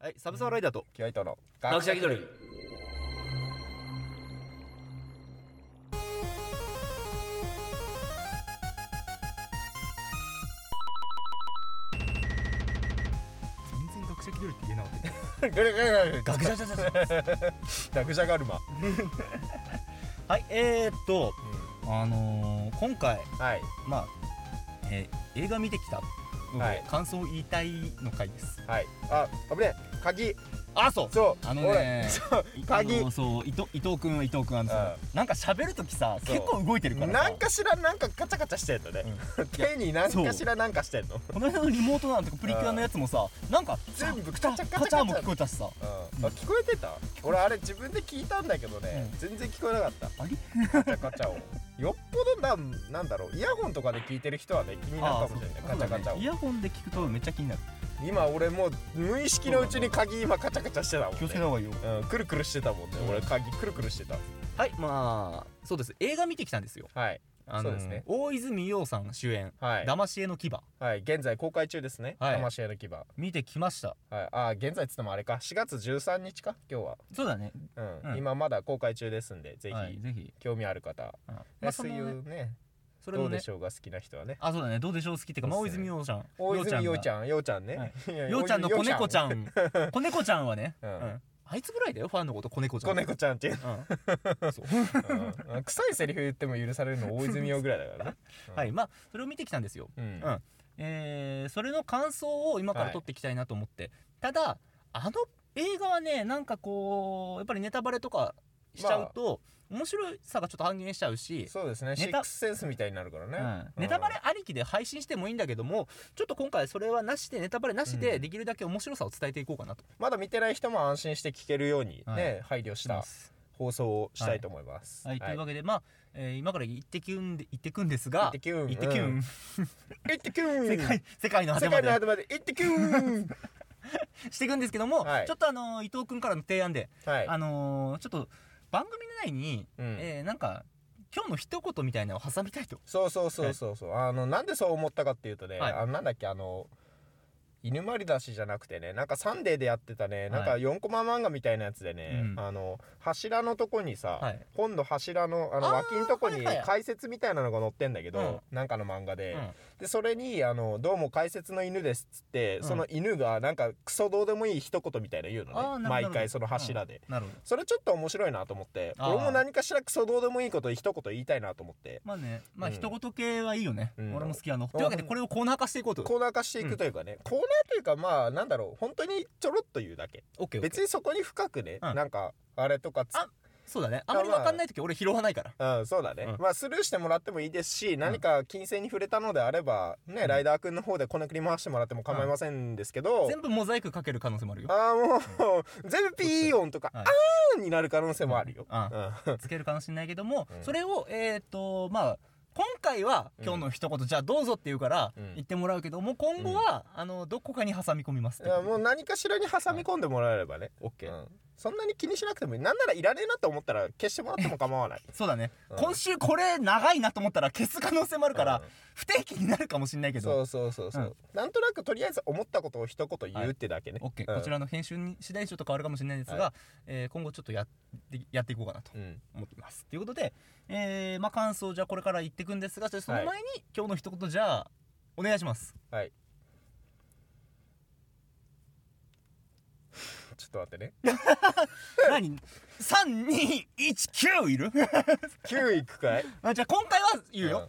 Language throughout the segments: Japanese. はい、サブサーライダーとキワイトの学者気取り全然学者気取りって言えなかった学者学者じゃじゃじゃ学者ガルマ、はいえー、っとあのー、今回はいまあ、えー、映画見てきたので、はい感想を言いたいの回ですはいあ危ねえ鍵あそうそうあのねそうい鍵あのそう伊藤伊藤君伊藤君あのさなんか喋るときさそう結構動いてるからさなんかしらなんかガチャガチャしてんのね、手になんかしらなんかしてんの、うんこの辺のリモートなんとかプリキュアのやつもさなんか全部カチャカチャカチャも聞こえたしさあ聞こえてた俺あれ自分で聞いたんだけどね、う全然聞こえなかったあれガチャガチャをよっぽどなんなんだろうイヤホンとかで聞いてる人はね気になるかもしれないあーガチそうャガチそうャだを、ねイヤホンで聞くとめっちゃ気になる今俺もう無意識のうちに鍵今カチャカチャしてたもん気をつけねた方がいいようん、くるくるしてたもんね、俺鍵くるくるしてたはいまあそうです映画見てきたんですよはいあそのうですね大泉洋さん主演「はいだまし絵の牙」はい現在公開中ですね「はい魂の牙」はい見てきましたあ現在っつってもあれか4月13日か今日はそうだねうん、うん今まだ公開中ですんでぜひ、はいぜひ興味ある方、うんまあそ SU のねねそれどもうねでしょうが好きな人はねあそうだねどうでしょう好きっていうかまあそ大うっすね泉洋ちゃん大泉洋ちんゃん洋ちゃんね、はいいや洋ちゃんの子猫ちんゃん 子猫ちゃんはねうんうんあいつぐらいだよファンのこと子猫ちゃん子猫ちゃんっていう、うん そううん、臭いセリフ言っても許される の大泉洋ぐらいだからねはいまあそれを見てきたんですようん、うんえーそれの感想を今から取っていきたいなと思って、ただあの映画はねなんかこうやっぱりネタバレとかしちゃうと、面白さがちょっと半減しちゃうし、そうですねシネックタスセンスみたいになるからね、うんうんネタバレありきで配信してもいいんだけどもちょっと今回それはなしでネタバレなしうでんできるだけ面白さを伝えていこうかなとまだ見てない人も安心して聞けるようにね、はい配慮し思いたます。放送をしたいと思いますはい、というわけけで、まあ、えー今から言ってきゅんで言ってくんです行がってきゅん言ってきゅん、うん行ってきゅん世界世界の果て世ま界での果てまで行ってきゅ んしていくんですけども、はいちょっとあのー伊藤君からの提案ではいあのーちょっと番組内に、うんえーなんか今日の一言みたいなのを挟みたいとそうそうそうそうそう、あのなんでそう思ったかっていうとね、はいあのなんだっけあの犬丸出しじゃなくてねなんか「サンデー」でやってたねなんかは4コマ漫画みたいなやつでね、うんあの柱のとこにさ、はい本の柱のあのあー脇のとこはいにはい解説みたいなのが載ってんだけど、うんなんかの漫画で、うんでそれにあの「どうも解説の犬です」っつって、うんその犬がなんかクソどうでもいい一言みたいなの言うあーのなねるほど毎回その柱で。なるほどそれちょっと面白いなと思ってあー俺も何かしらクソどうでもいいこと一言言いたいなと思ってまあねまあうん一言系はいいよね、うん俺も好きあの、というわけでこれをコーナー化していこうとコーナー化していくというかね、コーナーというかまあなんだろう本当にちょろっと言うだけ OK 別にそこに深くね、うんなんかあれとかつあそうだねあんまり分かんない時俺拾わないからうん、そうだね、うんまあスルーしてもらってもいいですし何か金銭に触れたのであればね、うんライダーくんの方でこねくり回してもらっても構いませんですけど、全部モザイクかける可能性もあるよああもう、全部ピー音とか、はいあーんになる可能性もあるよ、うんうんつけるかもしれないけども、うんそれをえーっとまあ今回は今日の一言、じゃあどうぞって言うからうん言ってもらうけども今後は、あのどこかに挟み込みますっいてやもう何かしらに挟み込んでもらえればね、 OK うんそんなに気にしなくてもいいなんならいらねえなと思ったら消してもらっても構わないそうだね、うん今週これ長いなと思ったら消す可能性もあるから、うん不定期になるかもしれないけそどうそうそうそう、うんなんとなくとりあえず思ったことを一言言うってだけね、 OK、うんこちらの編集に次第ちょっと変わるかもしれないですが、はえー今後ちょっとやってやっていこうかなとうん思ってますということで、えーまあ、感想をじゃあこれから言っていくんですがじゃあその前に今日の一言じゃあお願いしますはいちょっと待ってね何3219いる9いくかい あじゃあ今回は言うよ、うん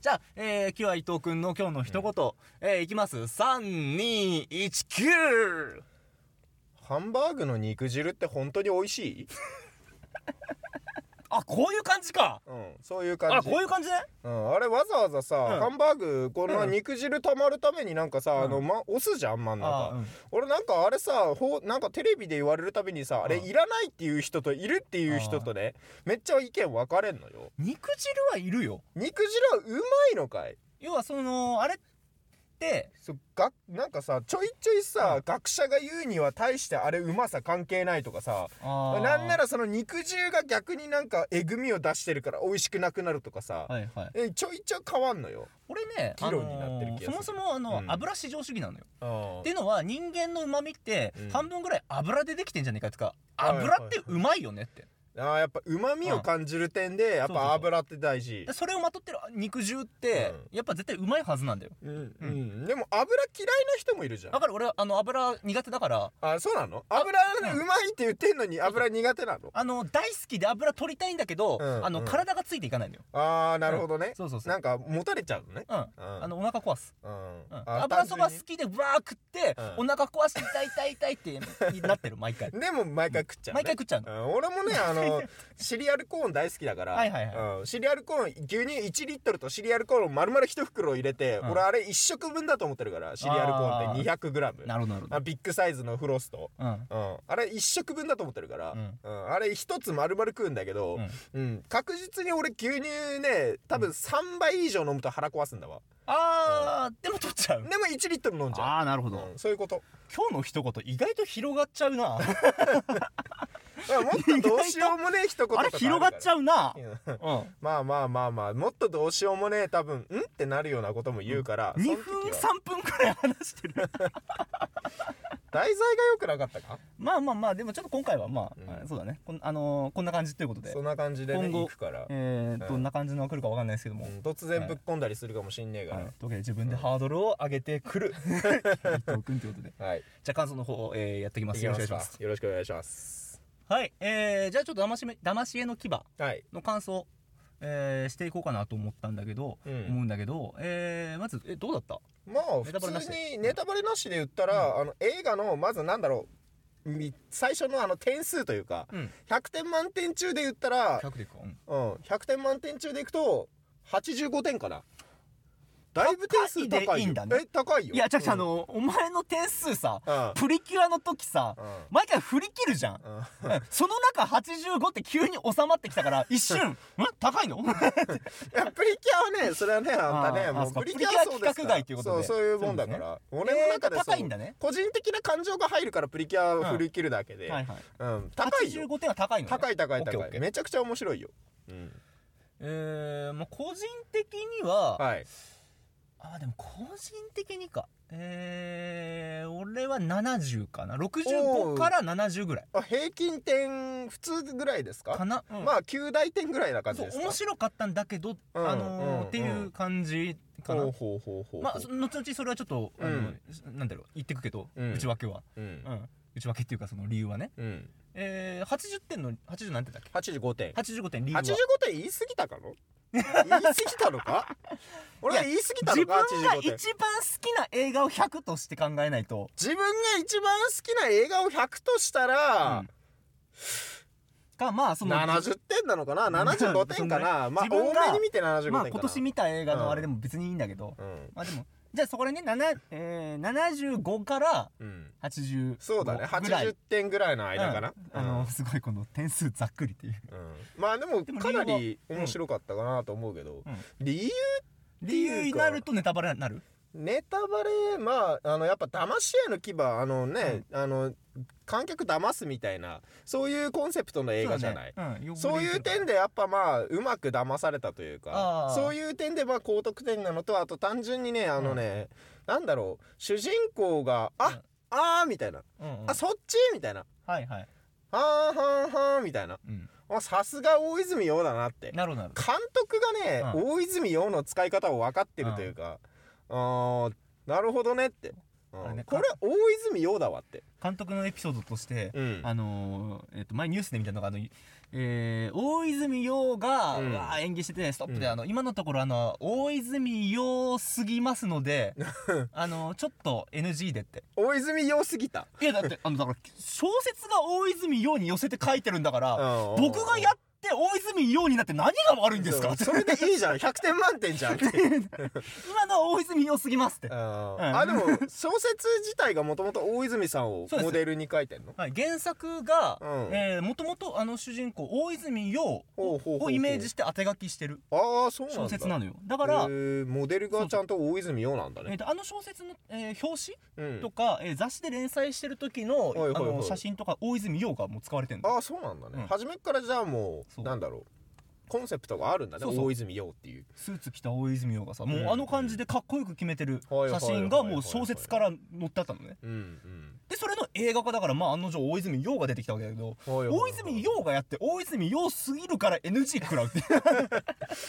じゃあ、えー、今日は伊藤君の今日の一言、えーいきます3219ハンバーグの肉汁って本当に美味しいあこういう感じかうんそういう感あじこういう感じねうん、あれわざわざさ、うんハンバーグこのうん肉汁たまるためになんかさ、あの、うんま、押すじゃん真あん中、ーうん俺なんかあれさほうなんかテレビで言われるたびにさあれうんいらないっていう人といるっていう人とねめっちゃ意見分かれんのよ肉汁はいるよ肉汁はうまいのかい要はそのあれっってそうがなんかさちょいちょいさ、学者が言うには大してあれうまさ関係ないとかさなんらならその肉汁が逆になんかえぐみを出してるから美味しくなくなるとかさ、はいはいえちょいちょい変わんのよ。俺ね、あ議論になってるの気ーがそするもそもあの、うん油至上主義なのよってでいうのは人間の旨味ってうん半分ぐらい油でできてんじゃねえかってかはいはいはい油ってうまいよねってあーやっぱうまみを感じる点でやっそうそうそうぱ油って大事で。それをまとってる肉汁ってやっぱ絶対うまいはずなんだようんううんん、でも油嫌いな人もいるじゃんだ。から俺はあの油苦手だからあそうなの油うんうまいって言ってんのに油苦手なのあの大好きで油取りたいんだけど、うんあのうん体がついていかないのよああなるほどね、そうそうそうなんかもたれちゃうのねうんうんあのお腹壊す、うんうんあ油そば単好きでわー食って、うお腹壊して痛い痛い痛いってなってる毎 回純にでも毎回食っちゃう、ね、毎回食っちゃうのうん俺もねあ のシリアルコーン大好きだからはいはいはうんシリアルコーン牛乳1リットルとシリアルコーンを丸々1袋入れて、うん俺あれ1食分だと思ってるからシリアルコーンって 200g なるほどなるほあどビッグサイズのフロスト、うんうん、あれ1食分だと思ってるから、うんあれ1つ丸々食うんだけど、うんうん、確実に俺牛乳ね多分3倍以上飲むと腹壊すんだわあーでも取っちゃうでも1リットル飲んじゃあーなるほう、ど、うん、そういうこと今日の一言意外と広がっちゃうなまあも っとどうしようもねえ一言とかあれ広がっちゃゃうなうんうまあまあまあまあもっとどうしようもねえ多分んってなるようなことも言うから、んそ2の分時は3分くらい話してる題材が良くなかったかまあまあまあでもちょっと今回はまあ、うんそうだねこん,、あのーこんな感じということでそんな感じでね今後行くから、えー、どんな感じのが来るかわかんないですけども、うん突然ぶっ込んだりするかもしんねえかはら、い、というわけで自分でハードルを上げてく る伊藤君ということではい、じゃあ感想の方を、えーやっていきますよろしくお願いしますよろしくお願いしますはい、えー、じゃあちょっと騙しめ騙し絵の牙はいの感想、えー、していこうかなと思ったんだけど、うん思うんだけど、えー、まずえどうだったまあネ普タバレなし通でにネタバレなしで言ったら、あの映画のまずなんだろうみ最初のあの点数というかうん100点満点中で言ったら、 100でいくか、うんうん、100点満点中でいくと85点かなだいぶ点数高いよ高いでいいんだねえ高いよいやじゃあ、うんあのお前の点数さうんプリキュアの時さ毎回振り切るじゃんうんううんん その中85って急に収まってきたから一瞬 ん高いのいやプリキュアはねそれはねあんたあねーもあそううかプリキュアはそうですプリキュア規格から外ということでそうそういうもんだから、俺の中でえーそう高いんだね個人的な感情が入るからプリキュアを振り切るだけで、はいはいうん、高いよ85点は高いの、ね、高い高オいッケー高オッケーいめちゃくちゃ面白いよ、うん、えー、まあ個人的には、はいあでも個人的にかえー、俺は70かな65おーから70ぐらいあ平均点普通ぐらいですかかな、うんまあ9大点ぐらいな感じそうですか面白かったんだけど、うんあのーうんっていう感じかな、ほうほうほうほうまあそ後々それはちょっと、あのうんなんだろう言ってくけど、うん内訳は、うんうん、内訳っていうかその理由はねうんえー、80点の80なんてだっけ85点85点理由は85点言い過ぎたかの言い過ぎたの か俺は言い過ぎた自分のかが85一番点好きな映画を100として考えないと自分が一番好きな映画を100としたら、かまあその70点なのかな75 点かなまあ自多分がめに見て75点かな、まあ今年見た映画のあれでも別にいいんだけど、うんまあでもじゃあそこでね、7えー、75からうん80そうだねぐらい80点ぐらいの間かな、うんあのすごいこの点数ざっくりっていう、うんまあでもでもかな理り面白かったかなと思うけど、うん理由理由になるとネタバレになるネタバレまああのやっぱ騙し絵の牙あのね、あの観客騙すみたいなそういうコンセプトの映画じゃない。そう,、ねうんそういう点でやっぱまあうまく騙されたというあかーそういう点でまあ高得点なのとあと単純にねあのね、なんだろう主人公が「あ、うんあー」みたいなうんうん「あそっち」みたいなはいはい、 「はーはーはー」みたいなうん、あさすが大泉洋だなってなるほどなるほど監督がね、う大泉洋の使い方を分かってるというか、あーなるほどねって、うんあれねこれ大泉洋だわって、監督のエピソードとして、うんあのーえっと前ニュースで見たのがあの、えー大泉洋が、うんうわー演技しててストップで、うんあの今のところあの大泉洋すぎますの であのちょっと NG でって大泉洋すぎた、いやだってあのだから小説が大泉洋に寄せて書いてるんだから、うん僕がやっって大泉洋になって何が悪いんですかそうそれでいいじゃん100点満点 じゃんって、今のは大泉洋すぎますってうん、あでも小説自体がもともと大泉さんをそうですモデルに書いてんのはい、原作が、うんえーもともとあの主人公大泉洋ほうほうほうほうをイメージして当て書きしてるああそうなんだ小説なののよだから、モデルがちゃんと大泉洋なんだえーねとあの小説の、えー表う紙とんか、えー雑誌で連載してる時の,、いはいはいあの写真とか大泉洋がもう使われてるのああそうなんだね、うん初めっからじゃあもうそうなんだろうコンセプトがあるんだねそうそう大泉洋っていうスーツ着た大泉洋がさもうんうあの感じでかっこよく決めてるはいはいは写いはい真がもう小説から載ってあったのねうんでそれの映画化だからまあ案の定大泉洋が出てきたわけだけどうんはいはいは大い泉洋がやって大泉洋すぎるから NG 食らうって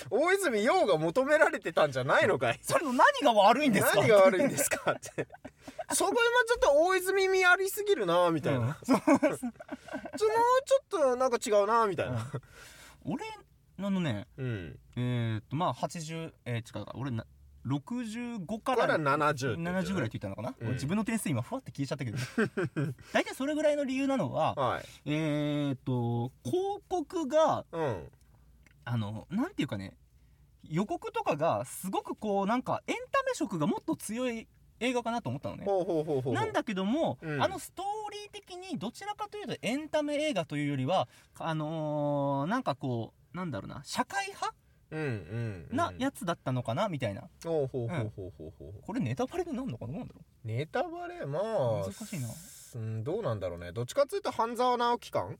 大泉洋が求められてたんじゃないのかいそれ の何が悪いんですか何が悪いんですかってそこ今ちょっと大泉味ありすぎるなみたいな、うんそのちょっとなんか違うなみたいな俺あのねうんえー、っとまあ80えー、違うか俺な65かからら70って言っ70てるぐらいって言ったのかな、うん自分の点数今ふわって消えちゃったけど 大体それぐらいの理由なのははいえー、っと広告がうんあのなんていうかね予告とかがすごくこうなんかエンタメ色がもっと強い映画かなと思ったのねほうほうほうほうなんだけども、うんあのストーリー的にどちらかというとエンタメ映画というよりはあのーなんかこうなんだろうな社会派うんうんうんなやつだったのかなみたいなほうほうほうほうほうほうこれネタバレになるのかなどうなんだろネタバレまあ難しいなうんどうなんだろうねどっちかっていうと半沢直樹感う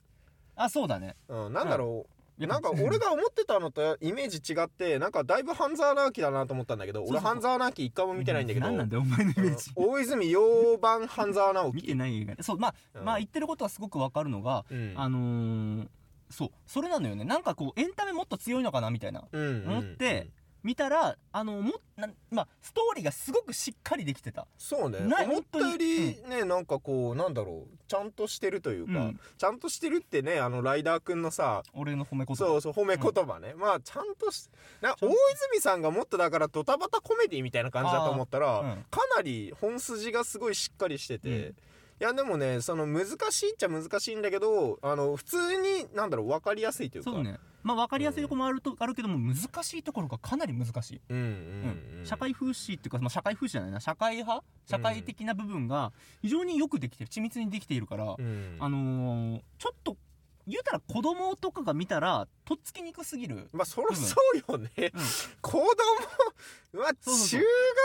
あそうだねうんなんだろいうやなんか俺が思ってたのと イメージ違ってなんかだいぶ半沢直樹だなと思ったんだけどそうそ俺う半沢直樹一回も見てないんだけど何なんだよお前のイメージ うん大泉洋版半沢直樹見 てない映画ねそうまあ、うんまあ言ってることはすごくわかるのが、うんあのーそうそれなのよねなんかこうエンタメもっと強いのかなみたいなうんうん思って見たらあのもなんまあストーリーがすごくしっかりできてた、そうねない思ったより本ねなんかこうなんだろうちゃんとしてるといううかんちゃんとしてるってねあのライダーくんのさ俺の褒め言葉 そうそう褒め言葉ね、まあちゃんとしなちゃ大んと泉さんがもっとだからドタバタコメディみたいな感じだと思ったら、あーうんかなり本筋がすごいしっかりしてて、うんいやでもねその難しいっちゃ難しいんだけどあの普通になんだろう分かりやすいというかそうねまあ分かりやすいとこもあると、あるけども難しいところがかなり難しい、うんうんうんうん、社会風刺っていうか、まあ、社会風刺じゃないな社会派社会的な部分が非常によくできてる緻密にできているから、うんあのーちょっと言うたら子供とかが見たらとっつきにくすぎる、まあそりゃそうよね、うん子供そうはそうそう中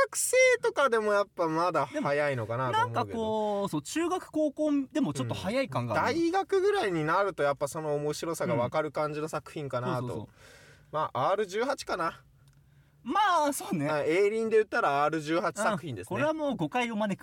学生とかでもやっぱまだでも早いのかなとなん思かうけどこうそう中学高校でもちょっと早い感がある、大学ぐらいになるとやっぱその面白さが分かる感じの作品かなと、そうそうそうまあ R18 かなまあそうね、あエイリンで言ったら R18 作品ですこねれはもう誤解を招 く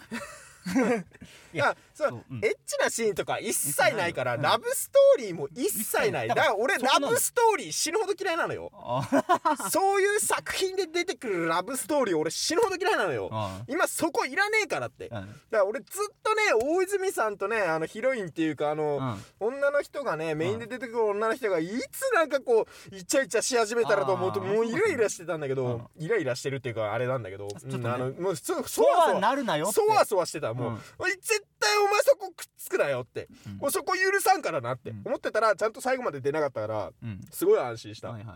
いやそうそううんエッチなシーンとか一切ないから、うんラブストーリーも一切ない一切ないだかだからら俺そうなラのブストーリー死ぬほど嫌いなのよあそういう作品で出てくるラブストーリー俺死ぬほど嫌いなのよあ今そこいらねえからってだうかんら俺ずっとね大泉さんとねあのヒロインっていうかあの、うん女の人がねメインで出てくる女の人がいつなんかこうイチャイチャし始めたらと思うとあーもうイライラしてたんだけど、イライラしてるっていうかあれなんだけど、ちょっとねうんあのもうそそそうわそはわなるなよってそわそわしてたもう、うんおい絶対お前そこくっつくなよって、うんもうそこ許さんからなってうん思ってたらちゃんと最後まで出なかったからうんすごい安心した、はいはい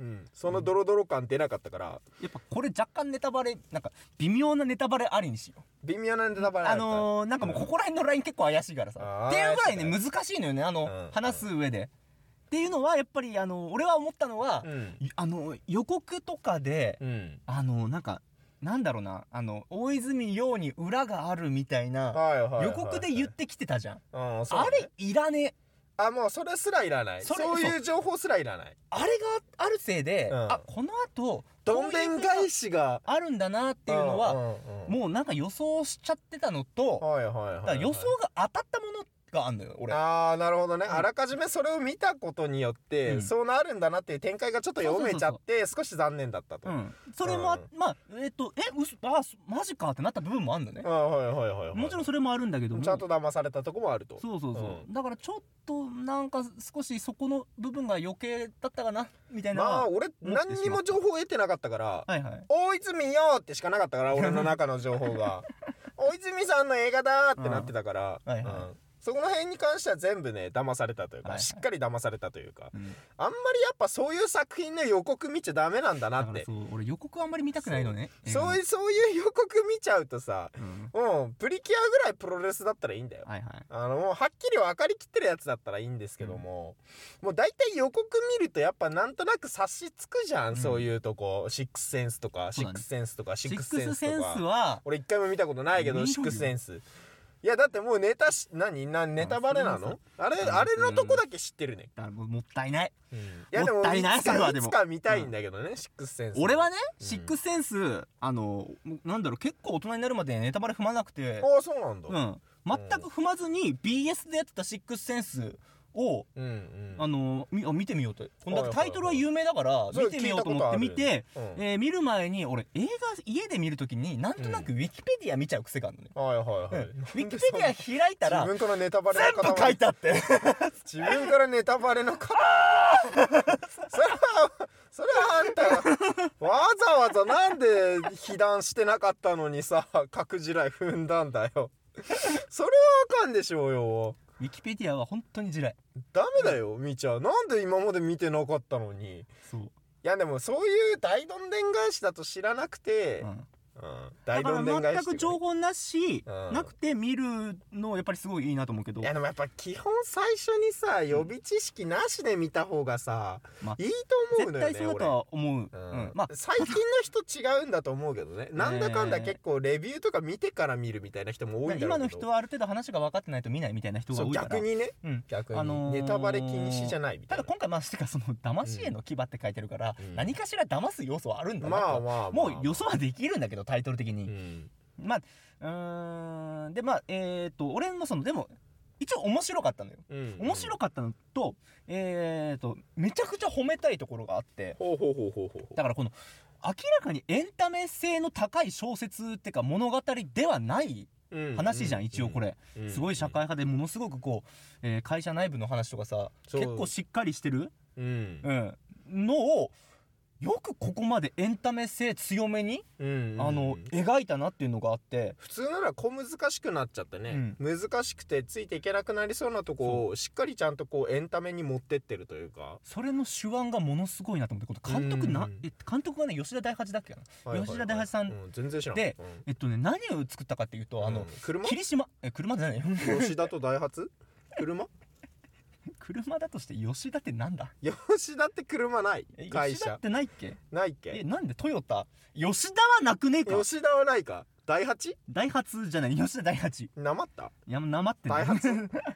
うん、そのドロドロ感出なかったからやっぱこれ若干ネタバレなんか微妙なネタバレありにしよう微妙なネタバレだあったのー、なんかもうここら辺のライン結構怪しいからさあーっていうぐらいね怪難しいのよねあの、うん話す上で、っていうのはやっぱりあの俺は思ったのは、うんあの予告とかで、うんあのなんかなんだろうなあの大泉洋に裏があるみたいなはいはいはいはい予告で言ってきてたじゃん、うんそうだねあれいらねえあもうそれすらいらないそれそういう情報すらいらないあれがあるせいで、うんあこのあとどんでん返しがあるんだなっていうのは、うもうなんか予想しちゃってたのと、んはいはいはいだはかいら予想が当たったものがあんのよ俺ああなるほどね、んあらかじめそれを見たことによって、うんそうなるんだなっていう展開がちょっと読めちゃって少し残念だったと、うあんそれもあまあえっ、とえ嘘あそマジかってなった部分もあるんだねーはいはいはいはいもちろんそれもあるんだけどもちゃんと騙されたとこもあるとそうそうそう、うだからちょっとなんか少しそこの部分が余計だったかなみたいな、まあ思っ俺てしまった何にも情報を得てなかったからはいはい「大泉よ!」ってしか なかったから俺の中の情報が「大泉さんの映画だ!」ってなってたから、うんはいはいうんそこの辺に関しては全部ね騙されたというか、はいはいしっかり騙されたというかうんあんまりやっぱそういう作品の予告見ちゃダメなんだだなっからてそう俺予告あんまり見たくないのねそういいうそういう予告見ちゃうとさうん、うんもうプリキュアぐらいプロレスだったらいいんだよはいはいあのもうはっきり分かりきってるやつだったらいいんですけども、もう大体予告見るとやっぱなんとなく察しつくじゃん、うんそういうとこシックスセンスとかシそうッだクねスセンスとかシシッッククスセンススセとンスかは俺一回も見たことない見けろどよシックスセンスいやだってもうネタし何なネタバレなのあれあれのとこだけ知ってるね、だからもうもったいないいやでももったいないつかそれはでもいつか見たいんだけどね、シックスセンス俺はね、うんシックスセンスあのもうなんだろう結構大人になるまでネタバレ踏まなくてああそうなんだ、うん全く踏まずに BS でやってたシックスセンスをうんうあんのみあ見てみようとこんだけはいはいはタいイトルは有名だからそれ見てみようと思って見て、聞いたことあるうんえー見る前に俺映画家で見るときになんとなくウィキペディア見ちゃう癖があるのね、はいはいうんはい、ウィキペディア開いたら自分からネタバレ全の塊部書いてあって自分からネタバレの塊それはそれはあんたがわざわざなんで被弾してなかったのにさ角地雷踏んだんだよそれはあかんでしょうよウィキペディアは本当に地雷ダメだよみーちゃんなんで今まで見てなかったのにいそう、やでもそういう大どんでん返しだと知らなくて、ううんん、大どんでだんから返し全ってく情報なし、うんなくて見るのやっぱりすごいいいなと思うけどいやでもやっぱ基本最初にさ予備知識なしで見た方がさ、まあいいと思絶うのよね対そうだとは思う、うん俺まあ最近の人違うんだと思うけど ねなんだかんだ結構レビューとか見てから見るみたいな人も多いんだ今ろうけどの人はある程度話が分かってないと見ないみたいな人がそ多ういから逆にねうん、逆に、あのーネタバレ禁止じゃないみたたいだな今回まあてかその騙し絵の牙って書いてるから、うん何かしら騙す要素はあるんだなとまあまは、あまあ、もう予想はできるんだけどタイトル的うに、んまあうーんでまあえっ、と俺もそのでも一応面白かったのようん面白かったのと、えっ、とめちゃくちゃ褒めたいところがあってほうほうほうほうほうだからこの明らかにエンタメ性の高い小説っていうか物語ではない話じゃん、一応こ、れ、うんうんすごい社会派でものすごくこう、えー会社内部の話とかさそう結構しっかりしてるうんうん、のをよくここまでエンタメ性強めに、うんあの描いたなっていうのがあって普通なら小難しくなっちゃってね、難しくてついていけなくなりそうなとこをしっかりちゃんとこうエンタメに持ってってるというか、それの手腕がものすごいなと思ってこれ監督な、うんえ監督がね吉田大八だっけかなはいはいはい吉田大八さんう全然知らんでうんえっとね何を作ったかっていうとあの、うん車霧島え車じゃない 吉田とダイハツ車車だとして吉田ってなんだ吉田って車ないえ会吉田社ってないっけないっえけなんでトヨタ吉田はなくねえか吉田はないかダイハツダイハツじゃない吉田ダイハチなまったいやなまってダイないハツ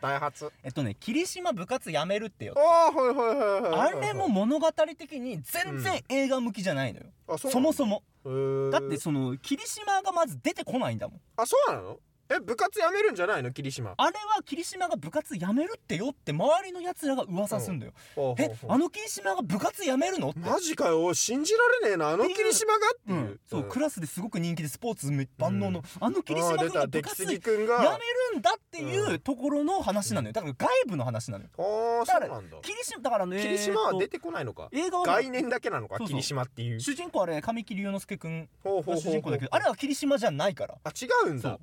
ダイハツ えっとね霧島部活やめるってよああはいはいはいはあいはいれも物語的に全然映画向きじゃないのよ、あそうそもそももだってその霧島がまず出てこないんだもんあそうなのえ部活やめるんじゃないの霧島あれは霧島が部活やめるってよって周りのやつらが噂すんだよ、ほうほうえほうあの霧島が部活やめるのって、マジかよ信じられねえなあの霧島がってういんう、そう、クラスですごく人気でスポーツめ万能の、うんあの霧島あー君出たが部出来活すやめぎくんがるんだっていううところの話なのよだから外部の話なのよああだそかうらなんだ霧島だからね霧島はえー出とてこないのか映画はね概念だけなのかそうそう霧島っていう主人公あれ神木隆之介くんほうがほうほう主人公だけどあれは霧島じゃないからあ違うんそだう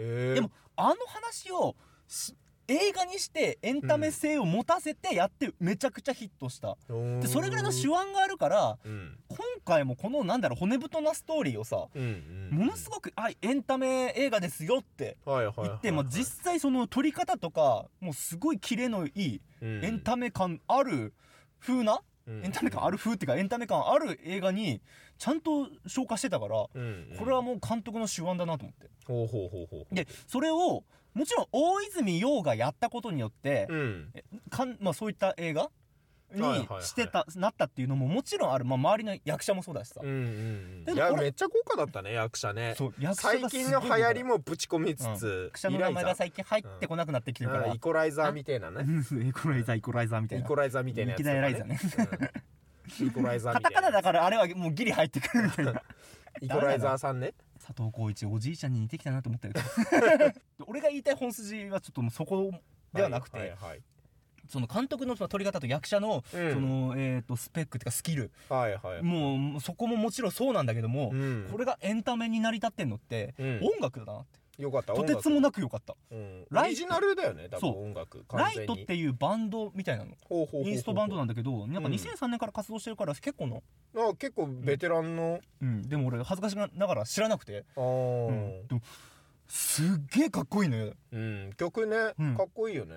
へえでもあの話をし映画にしてエンタメ性を持たせてやってめちゃくちゃヒットした、でそれぐらいの手腕腕があるからうん今回もこのなんだろう骨太なストーリーをさうんものすくごく「あエンタメ映画ですよ」ってはいはいはい言って、まあ、実際その撮り方とかもうすごいキレのいいエンタメ感ある風な、エンタメ感あるる、風っていうかエンタメ感ある映画にちゃんと消化してたからこうんうんれはもう監督の手腕だなと思って。ほうほうほうほうでそれをもちろん大泉洋がやったことによって、うんかんまあ、そういった映画にはいはいはいしてた、なったっていうのももちろんある、まあ、周りの役者もそうだしさ、うんうんうでんいもや俺めっちゃ豪華だったね役者ねそう役者最がすごい近の流行りもぶち込みつつ、役者の名前が最近入ってこなくなってきてるから、うんイコライザーみたいなねイコライザーイコライザーみたいイなコライザーみたいなやつとか、イコライうんイコライザーカみたタいカなナだやからあれはもうギリ入ってくるみたい なつイコライザーさんね佐藤浩市おじいちゃんに似てきたなと思 ったけど俺が言いたい本筋はちょっともうそこではなくて、はいはいその監督の撮り方と役者の,、うんそのえー、とスペックっていうかスキルはいはいもうもうそこももちろんそうなんだけども、うんこれがエンタメに成り立ってんのって、うん音楽だなってよかったとてつもな、なく良かったうん、オライトリジナルだよね多分そう音楽完ライ全トっにていうバンドみたいなのほうほうほうほうインストバンドなんだけどなんかうん2003年から活動してるから結構の、あ結構ベテランの、うん、でも俺恥ずかしながら知らなくて、あうーん、でもすっげえかっこいいのようん、曲ね、うんかっこいいよね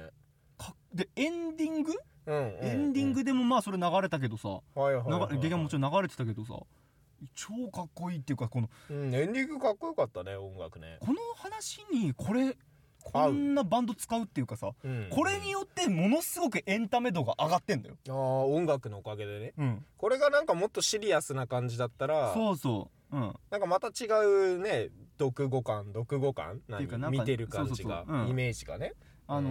かでエンディング、うんうんうんエンディングでもまあそれ流れたけどさ、はいはい流はい、はい、劇はもちろん流れてたけどさ超かっこいいっていうかこのうん、エンディングかっこよかったね音楽ね、この話にこれこんなバンド使うっていうかさうん、これによってものすごくエンタメ度が上がってんだよ、あー音楽のおかげでねうん、これがなんかもっとシリアスな感じだったらそうそう、うん、なんかまた違うね読語感読語感ていうか何なんか見てる感じがそうそうそううんイメージがねあの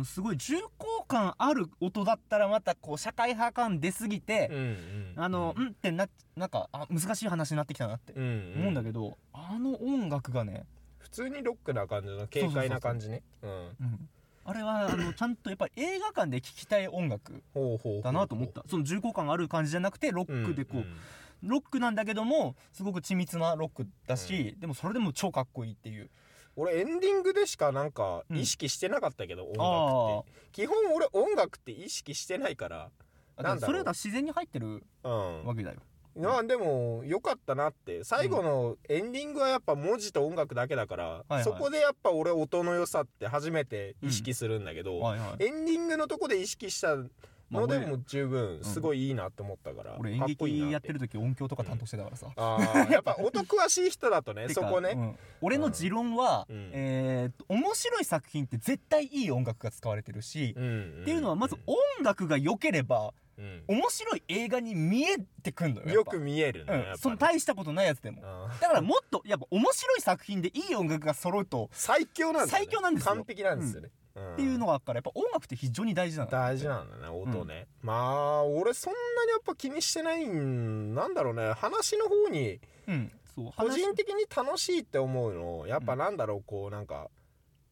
ーすごい重厚感ある音だったらまたこう社会派感出すぎてうん、うんあのううんんってななんかあ難しい話になってきたなってうん思うんだけど、あの音楽がね、普通にロックな感じの軽快な感じねうんうん、あれはあ のちゃんとやっぱり映画館で聴きたい音楽ほうほうほうほうだなと思ったその重厚感ある感じじゃなくてロックでこう、んんロックなんだけどもすごく緻密なロックだし、でもそれでも超かっこいいっていう俺エンディングでしかなんかうん意識してなかったけど、音あ楽って基本俺音楽って意識してないからあなんだろうそれはだから自然に入ってるうんわけだよまあでも良かったなって最後のエンディングはやっぱ文字と音楽だけだから、いはいそこでやっぱ俺音の良さって初めて意識するんだけど、はいはいエンディングのとこで意識したまあので俺も十分んすごいいいなって思ったから、俺演かっこいいな劇やってる時音響とか担当してたからさ、あーやっぱ音詳しい人だと ねてそかこね、うん俺の持論は、うんえーっと面白い作品って絶対いい音楽が使われてるし、うんっていうのはまず音楽が良ければうん面白い映画に見えてくんのよやっよぱく見えるね、うやっぱん、ねその大したことないやつでもうんだからもっとやっぱ面白い作品でいい音楽が揃うと最強なんだ、ね、最強なんですよ完璧なんですよね、うんっていうのがあるからやっぱ音楽って非常に大事なの大事なんだね音ね、まあ俺そんなにやっぱ気にしてないんなんだろうね話の方にうんそう個話人的に楽しいって思うのやっぱなんだろうこうなんか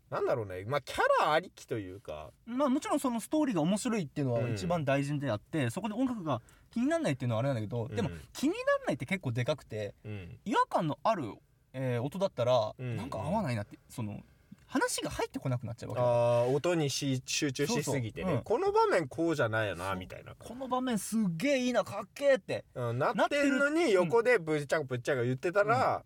なんだろうねまあキャラありきというかまあもちろんそのストーリーが面白いっていうのはうん一番大事であって、そこで音楽が気にならないっていうのはあれなんだけど、でもうん気にならないって結構でかくてうん違和感のある、えー音だったら、うんなんか合わないなってその話が入ってこなくなっちゃうわけよあー音にし集中しすぎてねそうそううんこの場面こうじゃないよなそうみたいな、この場面すっげえいいなかっけえってうん、なってんのに横でぶっちゃくぶっちゃく言ってたら、うん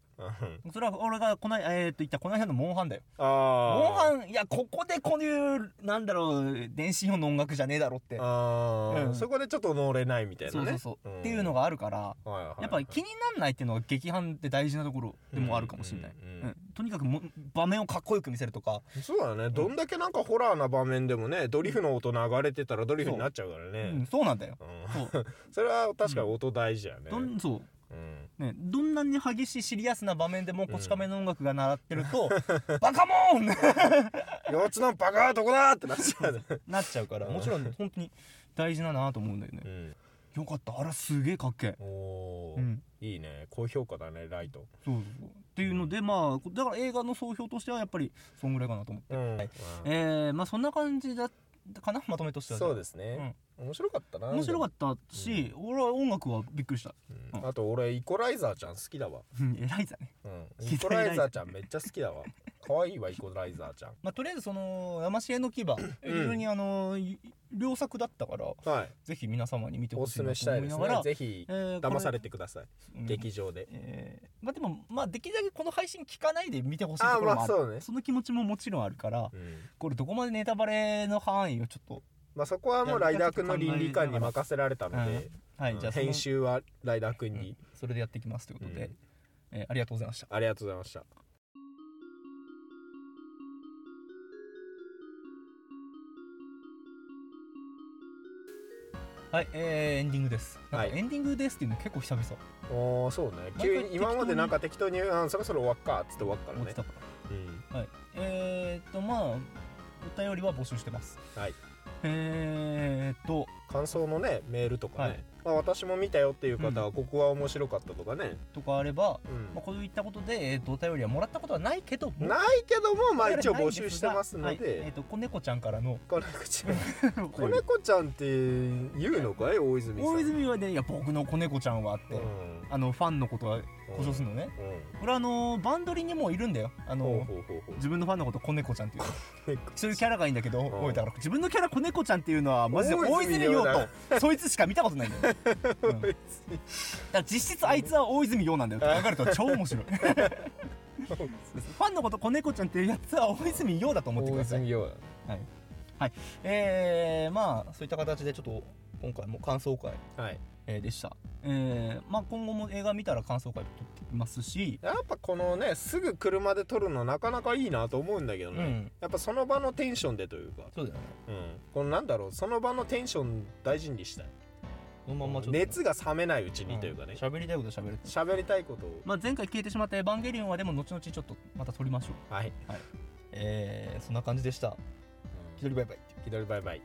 それは俺がこのえー、っと言ったこの辺のモンハンだよあモンンハンいやここでこういうなんだろう電子音の音楽じゃねえだろってあー、うんそこでちょっと乗れないみたいなそうねそうそう、っていうのが、があるからはいはいはいやっぱり気になんないっていうのが劇伴って大事なところでもあるかもしれない、うんうんうんとにかくも場面をかっこよく見せるとか、そうだね、どんだけなんかホラーな場面でもねドリフの音流れてたらドリフになっちゃうからうねん、そうなんだようん、 そうそれは確かに音大事だよね、どんそう うんね、どんなに激しいシリアスな場面でもこち亀の音楽が習ってる と「バカモン!」 四つのバカどこだってなっちゃうね、なっちゃうからもちろん本当に大事だなと思うんだよねよかったあれすげえかっけえおおー、うんいいね高評価だねライトそうそうそうっていうのでまあだから映画の総評としてはやっぱりそんぐらいかなと思ってうん、はいうんえー、まあそんな感じだったかなまとめとしてはそうですね、面白かったな面白かっったし、俺は音楽はびっくりした、た、うんあと俺イコライザーちゃん好きだわ、うん、偉いざね、 うん、イコライザーちゃんめっちゃ好きだわ可愛いわイコライザーちゃんまあ、とりあえずその「山知恵の 牙」非常にあのい良作だったからはいぜひ皆様に見てほおしすいすなめとした思いいでなすがねらぜひえー騙されこてください、うん劇場でえーまあでもまあできるだけこの配信聞かないで見てほしいとああころまもああるそうねその気持ちももちろんあるからうんこれどこまでネタバレの範囲をちょっとまあそこはもうライダー君の倫理観に任せられたので、はい、うんじゃあその編集はライダー君に、それでやっていきますということで、うんえーありがとうございましたありがとうございましたはい、えーエンディングですなんはかいエンディングですっていうの結構久々おーそうね急に今までなんか適当に「うんそろそろ終わっか」っつって終わっから思ってねたからうんはい、えー、っとまあお便りは募集してますはいえー、っと感想のねメールとかね、まあ、私も見たよっていう方はここは面白かったとかね、とかあれば、うんまあ、こういったことで、えー、とお便りはもらったことはないけどもないけどもまあお便一り応はないん募ですが集してますので、はいえー、と子猫ちゃんからの子猫ちゃん 子猫ちゃんって言うのかい大泉さん大泉はね「いや僕の子猫ちゃんは」って、うんあのファンのことはうん故障するのね、うんこれあのバンドリにもいるんだよあのほうほうほうほう自分のファンのこと子猫ちゃんっていう猫そういうキャラがいいんだけど、んおいだから自分のキャラ子猫ちゃんっていうのはマジで大大泉泉洋洋だ とそいつしか見たことないんだよ、うんだから実質あいつは大泉洋なんだよって分かると超面白い ファンのこと子猫ちゃんっていうやつは大泉洋だと思ってく大ださい泉洋はい、はい、えー、まあそういった形でちょっと今回も感想会、はいえーでしたえー、まあ今後も映画見たら感想会撮ってきますしやっぱこのねすぐ車で撮るのなかなかいいなと思うんだけどうね、んやっぱその場のテンションでというか、そうだよねうん、このなんだろうその場のテンション大事にしたい、このまんまちょっと熱が冷めないうちうにんというかね喋、りたいこと喋る喋、りたいことを、まあ、前回消えてしまった「エヴァンゲリオン」はでも後々ちょっとまた撮りましょうはい、えー、そんな感じでしたう一人バイバイん、気取りバイバイ